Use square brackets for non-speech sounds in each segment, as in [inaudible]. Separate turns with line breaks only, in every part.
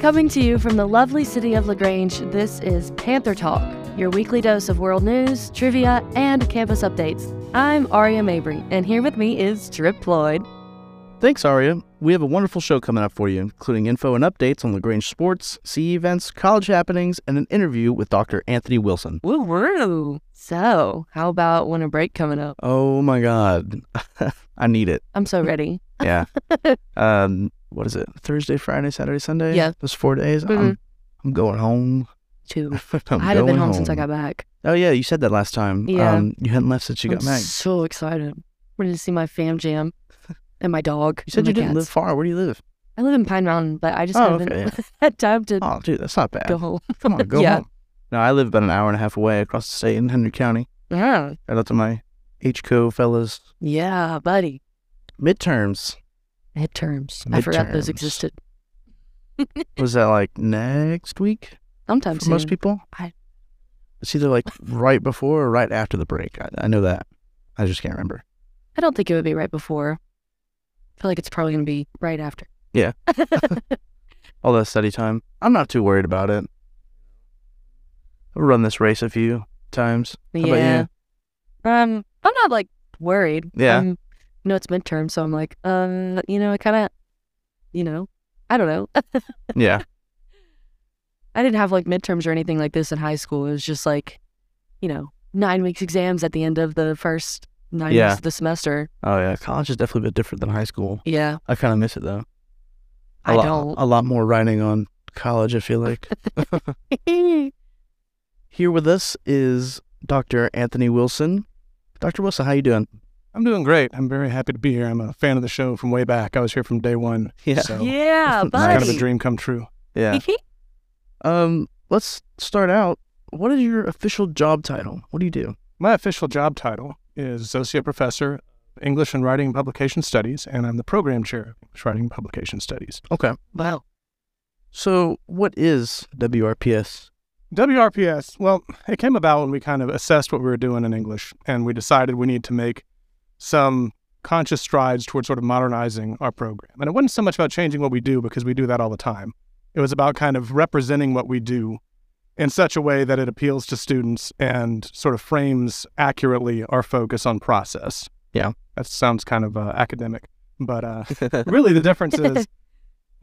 Coming to you from the lovely city of LaGrange, this is Panther Talk, your weekly dose of world news, trivia, and campus updates. I'm Aria Mabry, and here with me is Trip Floyd.
Thanks, Aria. We have a wonderful show coming up for you, including info and updates on LaGrange sports, CE events, college happenings, and an interview with Dr. Anthony Wilson.
Woo woo! So, how about winter break coming up?
Oh my God. [laughs] I need it.
I'm so ready. [laughs]
Yeah. um, what is it? Thursday, Friday, Saturday, Sunday?
Yeah.
Those four days?
Mhm.
I'm, I'm going home. [laughs]
Too.
I'm
I haven't been
going
home, since I got back.
Oh, yeah. You said that last time.
Yeah.
Um, you hadn't left since you got
I'm
back.
so excited. We're going to see my fam jam and my dog.
You
and
said you
my
didn't
cats.
live far. Where do you live?
I live in Pine Mountain, but I just
Oh,
haven't
okay,
[laughs] had time to
Oh, dude, that's not bad.
go home.
Come on, go
[laughs] Yeah.
home. No, I live about an hour and a half away across the state in Henry County.
Yeah,
Shout out to my H Co fellas.
[laughs] yeah, buddy.
Midterms.
Midterms. I forgot those
Midterms.
existed.
Was that like next week
Sometimes
for most people?
I-
It's either like right before or right after the break. I, I know that. I just can't remember.
I don't think it would be right before. I feel like it's probably going to be right after.
All that study time. I'm not too worried about it. I've run this race a few times.
[laughs]
How about you?
yeah. Um, I'm not like worried.
Yeah.
Um, you know, it's midterm, so I'm like, uh, you know, I kind of, you know, I don't know.
Yeah.
I didn't have like midterms or anything like this in high school. It was just like, you know, nine weeks exams at the end of the first nine
Yeah.
weeks of the semester.
Oh, yeah. College is definitely a bit different than high school.
Yeah.
I kind of miss it, though. I
I
A lot Oh. more riding on college, I
[laughs]
feel like.
don't.
Here with us is Dr. Anthony Wilson. Dr. Wilson, how you doing?
I'm doing great. I'm very happy to be here. I'm a fan of the show from way back. I was here from day one.
Yeah.
So
[laughs]
it's
yeah,
[laughs] It's
buddy.
kind of a dream come true.
Yeah. Um, let's start out. What is your official job title? What do you do?
My official job title is Associate Professor of English and Writing and Publication Studies, and I'm the program chair of English Writing and Publication Studies.
Okay.
wow.
So, what is WRPS?
WRPS, well, it came about when we kind of assessed what we were doing in English, and we decided we need to make some conscious strides towards sort of modernizing our program. And it wasn't so much about changing what we do because we do that all the time. It was about kind of representing what we do in such a way that it appeals to students and sort of frames accurately our focus on process.
Yeah.
That sounds kind of uh, academic, but uh,
Uh-huh.
really the
[laughs]
difference is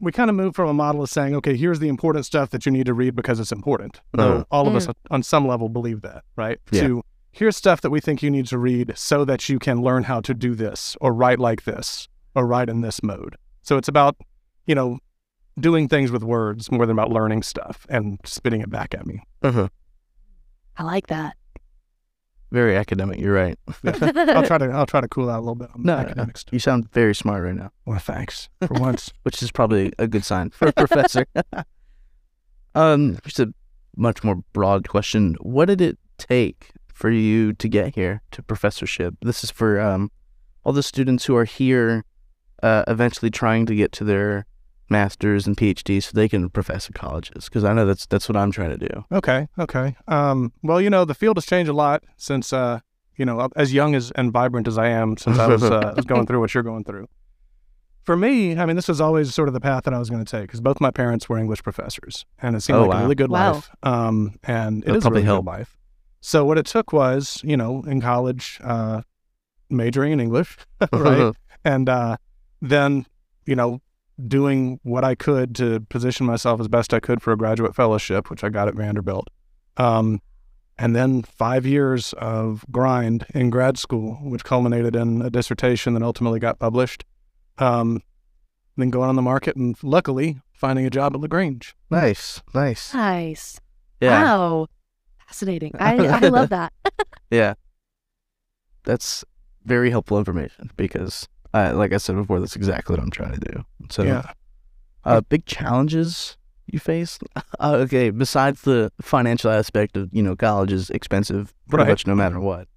we kind of moved from a model of saying, okay, here's the important stuff that you need to read because it's important. Though
Uh-huh.
all of us on some level believe that, right?
Yeah.
To here's stuff that we think you need to read so that you can learn how to do this or write like this or write in this mode. So it's about, you know, doing things with words more than about learning stuff and spitting it
[laughs]
back at me.
uh-huh.
[laughs] I like
[laughs]
that. [laughs]
Very academic. You're right.
I'll try to I'll try to cool out a little bit on
No,
the academic stuff.
You sound very smart right now,
Well, thanks for once.
which is probably a good sign for a professor. um, just a much more broad question. What did it take for you to get here to professorship? This is for um, all the students who are here, uh, eventually trying to get to their masters and PhDs so they can profess at colleges. Because I know that's that's what I'm trying to do.
Okay, okay. Um, well, you know, the field has changed a lot since, uh, you know, as young as and vibrant as I am, since I
[laughs]
was, uh, was going through what you're going through. For me, I mean, this was always sort of the path that I was going to take because both my parents were English professors, and it seemed
Oh,
like
wow.
a really good
Wow.
life. Um, and it
That
is a
probably
really good
helped.
life. So what it took was, you know, in college, uh, majoring in English, [laughs] right? and uh, then you know doing what I could to position myself as best I could for a graduate fellowship, which I got at Vanderbilt, um, and then five years of grind in grad school, which culminated in a dissertation that ultimately got published. Um, then going on the market and luckily finding a job at Lagrange.
[laughs] Nice, nice.
nice.
Yeah,
Wow. Fascinating. I,
[laughs]
I love that.
yeah. That's very helpful information because, uh, like I said before, that's exactly what I'm trying to do. So,
yeah,
uh, big challenges you face. [laughs] Uh, okay, besides the financial aspect of you know college is expensive pretty
Right.
much no matter what.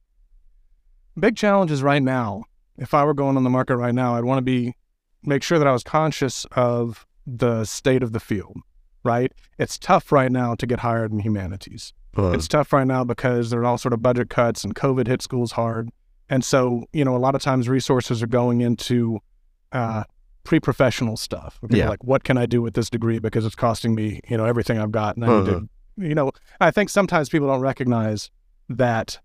big challenges right now. If I were going on the market right now, I'd want to be make sure that I was conscious of the state of the field, right? It's tough right now to get hired in humanities. It's tough right now because there are all sort of budget cuts and COVID hit schools hard. And so, you know, a lot of times resources are going into uh, pre-professional stuff. People are
Yeah.
Like, what can I do with this degree because it's costing me, you know, everything I've got, and I need
Uh-huh.
to, you know, I think sometimes people don't recognize that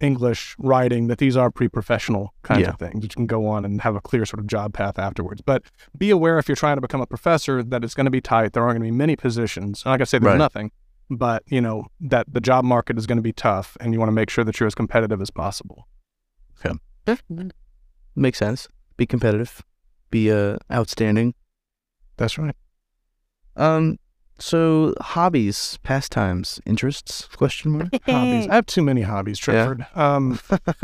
English writing that these are pre-professional kinds
Yeah.
of things that you can go on and have a clear sort of job path afterwards. But be aware if you're trying to become a professor that it's going to be tight. There aren't going to be many positions. Like I say, there's
Right.
nothing, but you know that the job market is going to be tough, and you want to make sure that you're as competitive as possible.
Makes sense. Be competitive. Be uh, outstanding.
That's right.
Um, so hobbies, pastimes, interests? Question mark.
hobbies. I have too many hobbies,
Yeah.
Trifford. Um,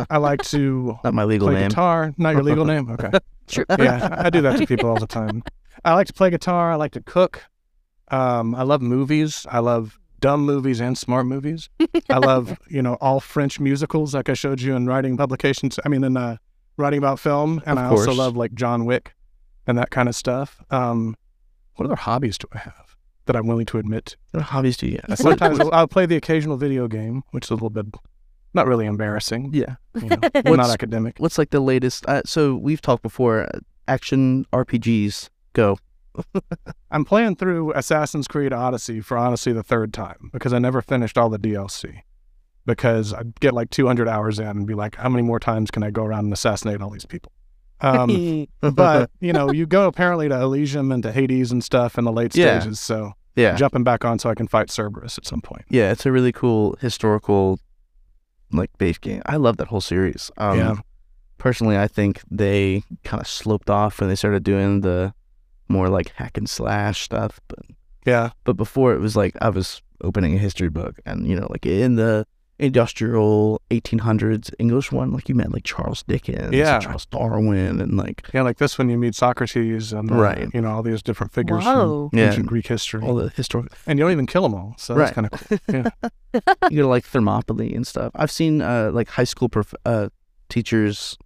I like to
Not my [laughs] legal
play
name.
guitar. Not
[laughs]
your legal name? Okay.
[laughs] True. [laughs]
Yeah, I do that to people all the time. I like to play guitar. I like to cook. Um, I love movies. I love dumb movies and smart movies.
[laughs]
I love, you know, all French musicals like I showed you in writing publications. I mean, in uh, writing about film. And
Of
I also
course.
love like John Wick and that kind of stuff. Um, what other hobbies do I have that I'm willing to admit
[laughs]
to?
What hobbies do you
I
have?
sometimes I'll, I'll play the occasional video game, which is a little bit not really embarrassing.
[laughs] yeah.
You know, not
What's-
academic.
What's like the latest? Uh, so we've talked before. uh, Action RPGs. Go.
I'm playing through Assassin's Creed Odyssey for honestly the third time because I never finished all the DLC. Because I'd get like 200 hours in and be like, how many more times can I go around and assassinate all these people?
[laughs]
Um, but, you know, you go apparently to Elysium and to Hades and stuff in the late
Yeah.
stages. So
yeah,
jumping back on so I can fight Cerberus at some point.
yeah, it's a really cool historical, like base game. I love that whole series. Um,
yeah.
Personally, I think they kind of sloped off when they started doing the more like hack and slash stuff. But
Yeah.
but before it was like I was opening a history book, and you know, like in the industrial 1800s English one, like you met like Charles Dickens, and
Yeah.
Charles Darwin, and like
Yeah. Like this one, you meet Socrates and, uh,
Right.
you know, all these different figures
Whoa.
from
Yeah.
ancient Greek history.
all the historical.
and you don't even kill them all. So
Right.
that's kind of cool. Yeah.
you go to like Thermopylae and stuff. I've seen uh, like high school prof- uh, teachers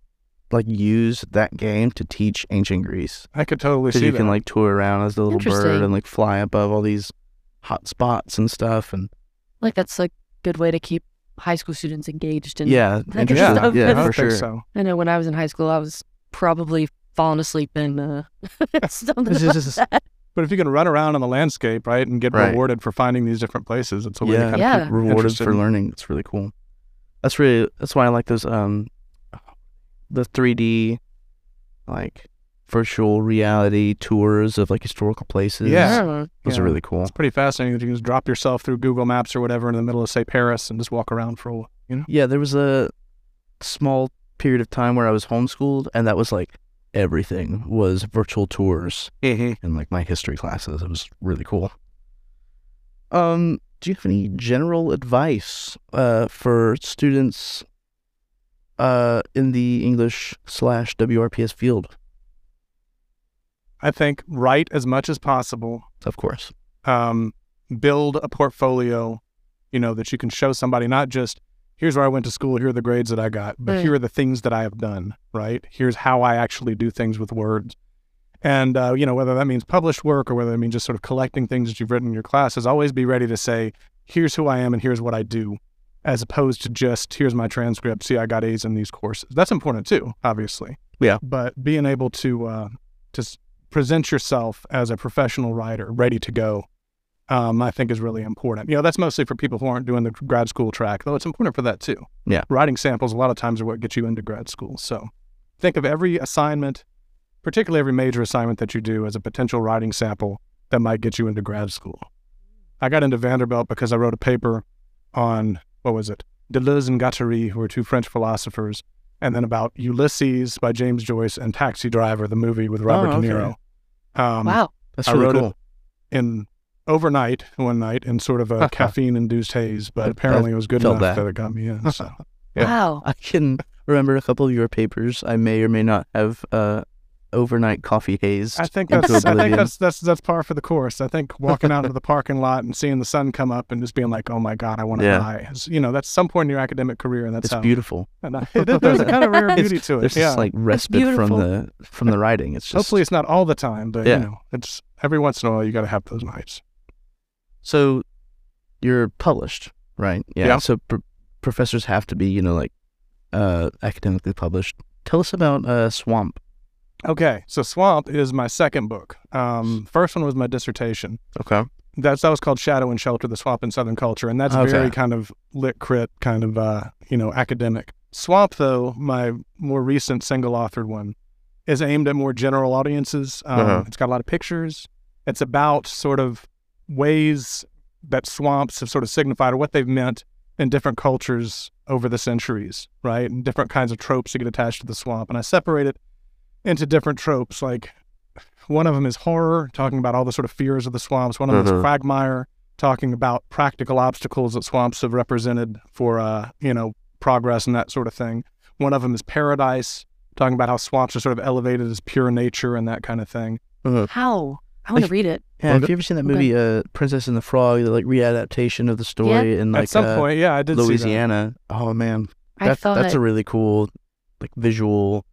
like use that game to teach ancient Greece
I could totally
because
see
you
that.
can like tour around as the little bird
Interesting.
and like fly above all these hot spots and stuff and
like that's a good way to keep high school students engaged. And
yeah
think
interesting.
so.
yeah,
I
Yeah,
don't
for sure
think [laughs] so.
I know when I was in high school, I was probably falling asleep in uh, [laughs] something. [laughs]
This
like
is-
that.
But if you can run around on the landscape, right, and get
Right.
rewarded for finding these different places, it's a way
Yeah.
to kind
Yeah.
of keep
rewarded
interested.
for learning it's really cool that's really that's why I like those um the 3D like virtual reality tours of like historical places
Yeah.
Oh,
those are
Yeah.
really cool
It's pretty fascinating that you can just drop yourself through Google Maps or whatever in the middle of, say, Paris and just walk around for a while, you know?
Yeah, there was a small period of time where I was homeschooled, and that was like everything was virtual tours and like my history classes. It was really cool. Um, do you have any general advice uh, for students uh, in the English slash WRPS field?
I think write as much as possible,
Of course.
um, build a portfolio, you know, that you can show somebody, not just here's where I went to school, here are the grades that I got, but
Mm.
here are the things that I have done, right? Here's how I actually do things with words. And, uh, you know, whether that means published work or whether that means just sort of collecting things that you've written in your classes, always be ready to say, here's who I am and here's what I do, as opposed to just here's my transcript, see, I got A's in these courses. That's important too, obviously.
Yeah.
But being able to, uh, to s- present yourself as a professional writer, ready to go, um, I think is really important. You know, that's mostly for people who aren't doing the grad school track, though it's important for that too.
Yeah.
Writing samples a lot of times are what gets you into grad school. So think of every assignment, particularly every major assignment that you do as a potential writing sample that might get you into grad school. I got into Vanderbilt because I wrote a paper on, what was it? Deleuze and Guattari, who were two French philosophers, and then about Ulysses by James Joyce and Taxi Driver, the movie with Robert
Oh,
De
okay.
Niro. Um,
wow.
That's
I
really
wrote it,
cool. [laughs]
in overnight one night in sort
[laughs]
of a caffeine induced haze, but
I-
apparently it was good
felt
enough
that.
that. it got me
[laughs]
in. So. Yeah.
Wow.
I can remember a couple of your papers. I may or may not have uh, overnight coffee haze.
I think
into
that's I
oblivion.
think that's that's that's par for the course. I think walking out of the parking lot and seeing the sun come up and just being like, "Oh my God, I want to
Yeah.
die." It's- You know, that's some point in your academic career, and that's
it's
how.
beautiful. [laughs]
and I- there- there's a kind of rare
It's-
beauty to it.
There's
Yeah.
this like respite from
beautiful.
the from the writing. It's just
Hopefully, it's not all the time, but
Yeah.
you know, it's every once in a while you got to have those nights.
so you're published, right?
Yeah.
So pr- professors have to be, you know, like uh, academically published. Tell us about uh, Swamp.
Okay, so Swamp is my second book. Um, first one was my dissertation.
Okay.
That's that was called Shadow and Shelter: The Swamp in Southern Culture, and that's
Okay.
very kind of lit crit, kind of uh, you know academic. Swamp, though, my more recent single-authored one, is aimed at more general audiences. Um,
Uh-huh.
It's got a lot of pictures. It's about sort of ways that swamps have sort of signified or what they've meant in different cultures over the centuries, right? And different kinds of tropes that get attached to the swamp. And I separate it into different tropes. Like one of them is horror, talking about all the sort of fears of the swamps. One of them
Mhm.
is quagmire, talking about practical obstacles that swamps have represented for, uh, you know, progress and that sort of thing. One of them is paradise, talking about how swamps are sort of elevated as pure nature and that kind of thing.
How? I want to read it.
Yeah, have you ever seen that
Okay.
movie, uh, Princess and the Frog, the like readaptation of the story in like
At some
uh,
point, yeah, I did see that.
Louisiana? Oh man,
I
That-
thought
that's a really cool, like visual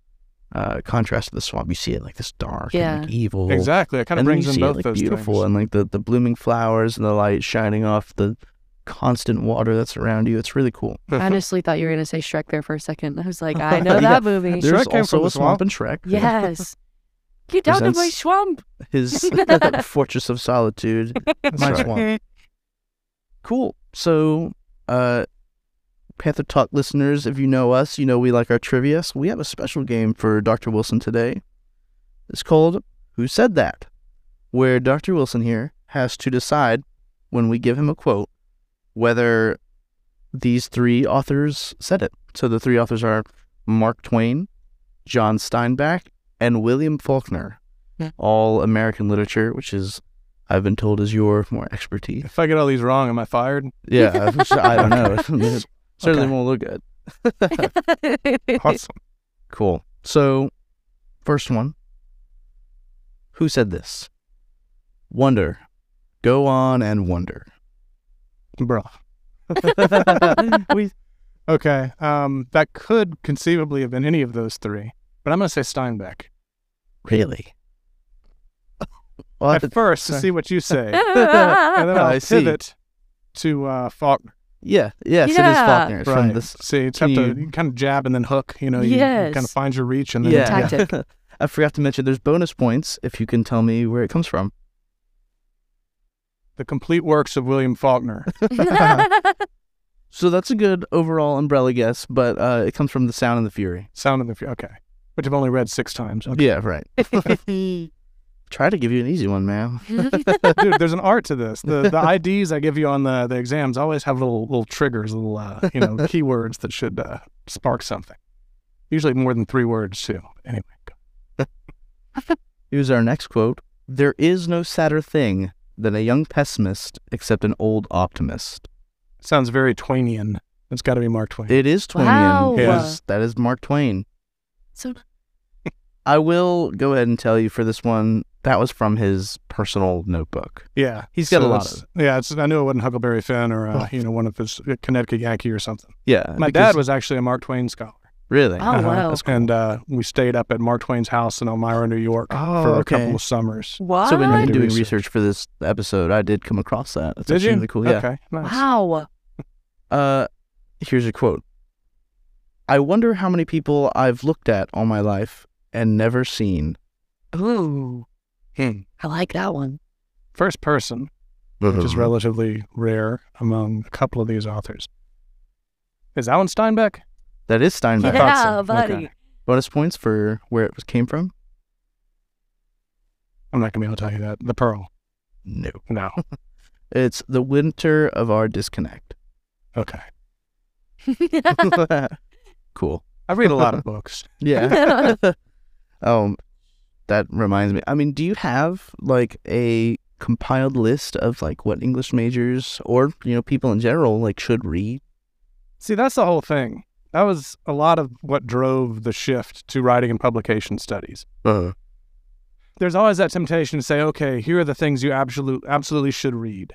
uh, contrast to the swamp. You see it like this dark, and, like, evil,
Exactly. It kind of
and then
brings
you
in
see
both
it like
those
beautiful
things.
and like the the blooming flowers and the light shining off the constant water that's around you. It's really cool.
[laughs]
I
[laughs]
honestly thought you were going to say Shrek there for a second. I was like, I know that
Yeah.
movie.
There's
came
also
from
a
the
swamp,
swamp.
in Shrek.
[laughs]
Yes. Get down to my
Presents-
swamp. [laughs]
His [laughs] fortress of solitude.
That's
My
right.
swamp. Cool. So, uh, Panther Talk listeners, if you know us, you know we like our trivia. So we have a special game for Dr. Wilson today. It's called Who Said That? Where Dr. Wilson here has to decide when we give him a quote whether these three authors said it. So the three authors are Mark Twain, John Steinbeck, and William Faulkner, all American literature, which is, I've been told, is your more expertise.
If I get all these wrong, am I fired?
Yeah,
[laughs]
which I don't know. [laughs] It Certainly
Okay.
won't look good.
[laughs] Awesome.
Cool. So, first one. Who said this? Wonder. Go on and
[laughs]
wonder.
Bruh.
We-
Okay. Um, that could conceivably have been any of those three, but I'm going to say Steinbeck.
really? Well,
[laughs] At first, to
sorry.
see what
[laughs]
you say, and
I
then I'll
I see.
pivot to uh, Faulkner.
yeah, yes, it is
Yeah.
Faulkner It's from
Right.
this.
see, it's
can
have to
you-
you kind of jab and then hook. You know, you,
Yes.
kind of find your reach and then
Yeah,
Tactic.
I forgot to mention there's bonus points if you can tell me where it comes from.
the complete works of William Faulkner. [laughs]
So that's a good overall umbrella guess, but uh, it comes from The Sound and the Fury.
Sound of the Fu- Okay, which I've only read six times. Okay.
Yeah, right. Try to give you an easy one, man.
Dude, there's an art to this. The the IDs I give you on the, the exams always have little little triggers, little uh,
[laughs]
you know keywords that should uh, spark something. Usually more than three words too. Anyway, go.
Here's our next quote There is no sadder thing than a young pessimist except an old optimist.
sounds very Twainian. It's got to be Mark Twain.
It is Twainian.
Wow.
It
Yeah.
is- that is Mark Twain.
so
I will go ahead and tell you for this one, that was from his personal notebook.
yeah,
He's got a lot Oh.
it's- Yeah, it's, I knew it wasn't Huckleberry Finn or uh, you know one of his uh, Connecticut Yankee or something.
Yeah.
My
because-
dad was actually a Mark Twain scholar.
Really?
Oh, wow.
That's cool.
And uh, we stayed up at Mark Twain's house in Elmira, New York,
Oh,
for a
okay.
couple of summers.
what?
So when
I
you were
did
doing
research.
research for this episode, I did come across that. That's
Did
actually
you?
really cool. Yeah.
Okay, nice.
wow.
Uh, here's a quote. I wonder how many people I've looked at all my life and never seen.
Ooh.
Hmm.
I like that one.
First person. which
Um,
is relatively rare among a couple of these authors. Is Alan Steinbeck?
That is
I
Steinbeck.
Yeah,
thought so.
buddy.
Okay.
Bonus points for where it was- came from?
I'm not going to be able to tell you that. The Pearl.
No.
No.
[laughs] It's the winter of our
[laughs]
disconnect.
Okay.
cool.
I read a lot of books.
Yeah. [laughs] um, that reminds me. I mean, do you have like a compiled list of like what English majors or you know people in general like should read?
See, that's the whole thing. That was a lot of what drove the shift to writing and publication studies.
Uh-huh.
There's always that temptation to say, okay, here are the things you absolute, absolutely should read.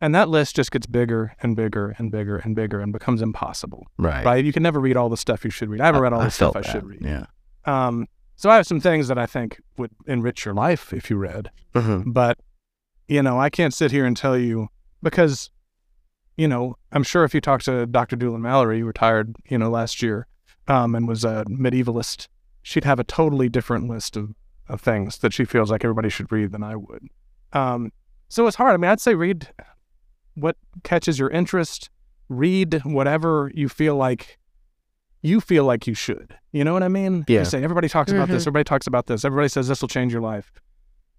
And that list just gets bigger and bigger and bigger and bigger and becomes impossible,
Right.
right? You can never read all the stuff you should read. I haven't read all the stuff
felt
I should
that,
read.
Yeah.
Um, so I have some things that I think would enrich your life if you read,
Mm-hmm. Uh-huh.
but you know, I can't sit here and tell you because, you know, I'm sure if you talk to Dr. Doolin Mallory, who retired, you know, last year, um, and was a medievalist, she'd have a totally different list of, of things that she feels like everybody should read than I would. Um, so it's hard. I mean, I'd say read what catches your interest, read whatever you feel like you feel like you should. You know what I mean?
Yeah.
You say everybody talks about this,
Mhm.
everybody talks about this, everybody says this will change your life.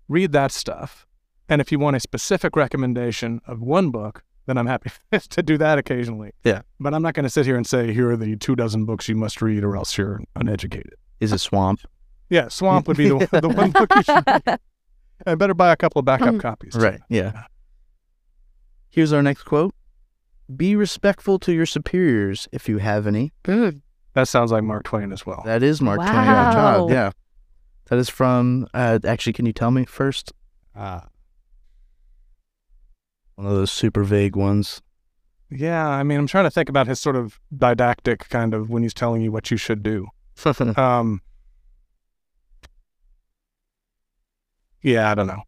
Read that stuff. And if you want a specific recommendation of one book, then I'm happy [laughs] to do that occasionally.
Yeah.
But I'm not going to sit here and say here are the two dozen books you must read or else you're uneducated.
Is a [laughs] swamp.
Yeah, Swamp would be the, the one book you
[laughs]
should read. And better buy a couple of backup copies. too.
Right. Yeah. Here's our next quote Be respectful to your superiors if you have any.
Mm.
[laughs] That sounds like Mark Twain as well.
That is Mark Twain. on
Wow.
top, Yeah. That is from, uh, actually, can you tell me first?
Uh,
One of those super vague ones.
[laughs] yeah, I mean, I'm trying to think about his sort of didactic kind of when he's telling you what you should do. Um, yeah, I don't know.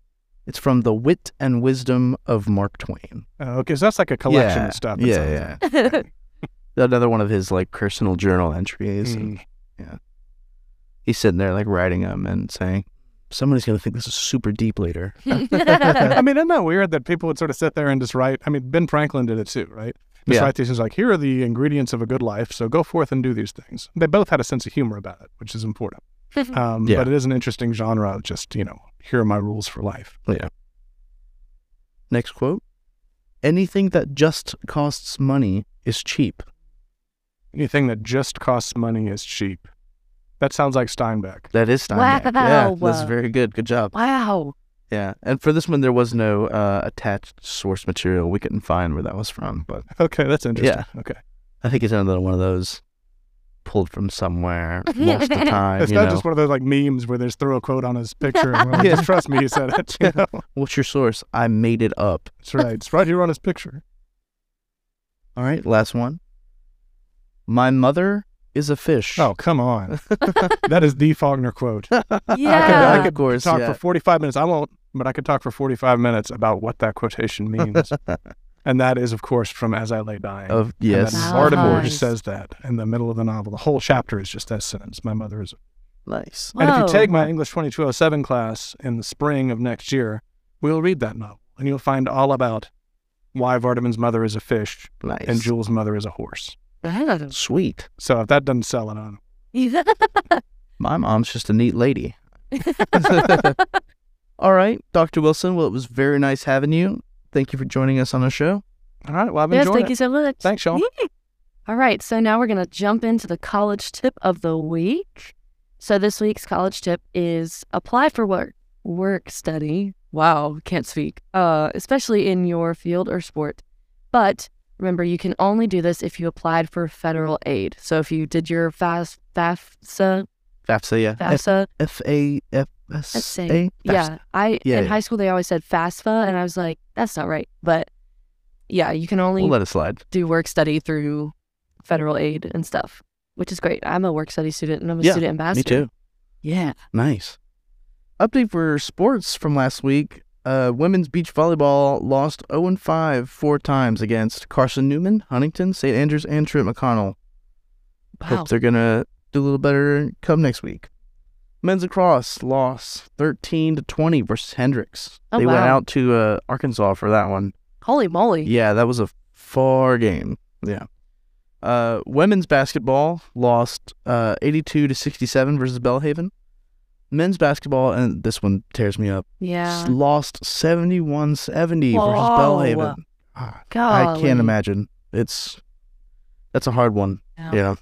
it's from The Wit and Wisdom of Mark Twain.
Uh, okay, so that's like a collection
Yeah,
of stuff. it
Yeah,
sounds
yeah.
like.
Another one of his like personal journal entries. and
Mm.
He's sitting there like writing them and saying, "Somebody's gonna think this is super deep later."
I mean, isn't that weird that people would sort of sit there and just write? I mean, Ben Franklin did it too, right? Just
Yeah.
write these things like, here are the ingredients of a good life, so go forth and do these things. They both had a sense of humor about it, which is important. Um,
Yeah.
But it is an interesting genre of just, you know, here are my rules for life.
Next quote: "Anything that just costs money is cheap."
Anything that just costs money is cheap. That sounds like Steinbeck. [laughs]
That is Steinbeck. Yeah, that's
Wow.
very good. Good
[laughs]
job.
wow.
Yeah, and for this one, there was no uh, attached source material. We couldn't find where that was from, but
Okay, that's interesting. Okay.
I think it's another one of those pulled
[laughs]
from somewhere most of the time.
It's
you
not
know.
just one of those like memes where they just throw a quote on his picture and we're
[laughs]
like,
Yeah.
just trust me, he said it.
[laughs]
You know?
What's your source? I made it up.
That's right. It's right here on his picture.
All right, last one. My mother is a fish.
Oh,
[laughs]
come on. that is the Faulkner quote.
Yeah.
I could, I could
Of course,
talk
yeah.
for 45 minutes. I won't, but I could talk for 45 minutes about what that
[laughs]
quotation means. and that is, of course, from As I Lay Dying.
Of
And
yes,
then
Wow.
Mortimer
Nice.
says that in the middle of the novel. The whole chapter is just that sentence. My mother is
nice.
Wow.
And if you take my English 2207 class in the spring of next year, we'll read that novel and you'll find all about why Vardaman's mother is a fish
Nice.
and Jules' mother is a horse. [laughs]
Wow.
Sweet.
So if that doesn't sell it on,
My mom's just a neat
[laughs]
lady. [laughs] All right, Dr. Wilson. Well, it was very nice having you. Thank you for joining us on our show.
all right, well, I've
yes,
enjoyed
thank
it.
you so much.
Thanks, Sean.
All right, so now we're going to jump into the college tip of the week. So this week's college tip is apply for work, work study. Wow, can't speak. Uh, especially in your field or sport. But remember, you can only do this if you applied for federal aid. So if you did your FAS, FAFSA,
FAFSA, yeah.
FAFSA,
F A F
Let's
S
see.
A.
yeah. I
Yeah,
in
yeah.
high school they always said FAFSA, and I was like, that's not right. But yeah, you can only
We'll let it slide.
do work study through federal aid and stuff, which is great. I'm a work study student and I'm a
Yeah,
student
Me
ambassador.
too.
Yeah.
Nice. Update for sports from last week. Uh, women's beach volleyball lost 0 5 four times against Carson Newman, Huntington, St. Andrews, and Trent McConnell.
Wow.
Hope they're going to do a little better come next week. Men's lacrosse lost 13 to 20 versus Hendricks.
Oh,
they went
wow.
out to uh, Arkansas for that one.
Holy moly.
Yeah, that was a far game. Yeah. Uh, women's basketball lost uh, 82 to 67 versus Bellhaven. Men's basketball, and this one tears me up, s-
Yeah.
lost 71 70 versus
Whoa.
Bellhaven. Ah, I
Golly.
can't imagine. It's That's a hard one.
Yeah.
Yeah.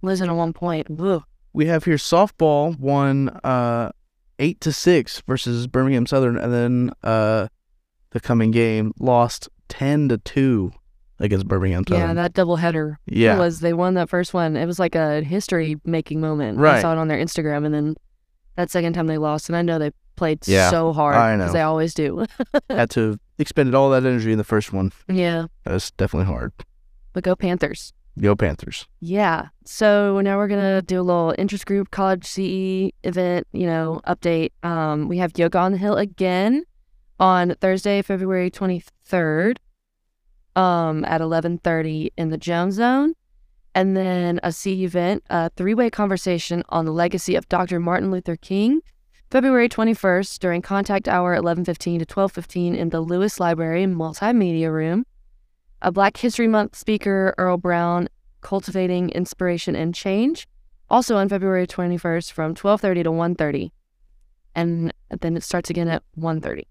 Losing at one point. Ugh.
We have here softball won uh, 8 to 6 versus Birmingham Southern, and then uh, the coming game lost 10 to 2 against Birmingham Southern.
Yeah, that doubleheader
Yeah.
was they won that first one. It was like a history making moment. I
Right.
saw it on their Instagram and then that second time they lost and I know they played
Yeah,
so hard
I know.
they always do. [laughs]
Had to expended all that energy in the first one.
yeah.
That was definitely hard.
But go Panthers.
Yo Panthers.
Yeah. So now we're gonna do a little interest group college CE event, you know, update. Um, we have yoga on the hill again on Thursday, February twenty third, um, at eleven thirty in the Jones Zone, and then a C E event, a three way conversation on the legacy of Dr. Martin Luther King, February 21st during contact hour 11:15 to 12:15 in the Lewis Library Multimedia Room. A Black History Month speaker, Earl Brown, cultivating inspiration and change, also on February 21st from 12:30 to 1:30, and then it starts again at 1:30.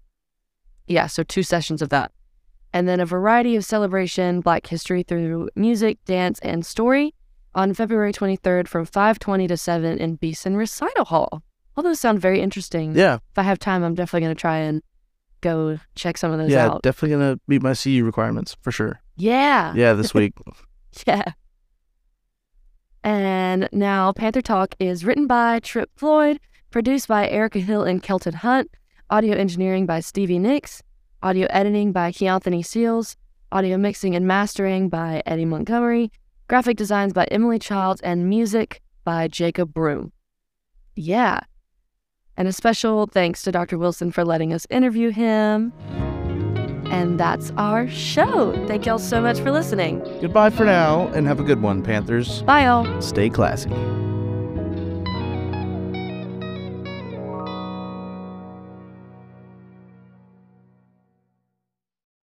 Yeah, so two sessions of that and then a variety of celebration black history through music dance and story on february 23rd from 5.20 to 7 in beeson recital hall all those sound very interesting
Yeah.
if i have time i'm definitely going to try and go check some of those
yeah.
out
Definitely going to meet my CU requirements for sure.
yeah
Yeah.
[laughs]
This week.
yeah and now panther talk is written by trip floyd produced by erica hill and kelton hunt audio engineering by stevie nicks audio editing by Keanthony Seals, audio mixing and mastering by Eddie Montgomery, graphic designs by Emily Childs, and music by Jacob Broom. Yeah. And a special thanks to Dr. Wilson for letting us interview him. And that's our show. Thank y'all so much for listening.
Goodbye for now and have a good one, Panthers.
Bye, all.
Stay classy.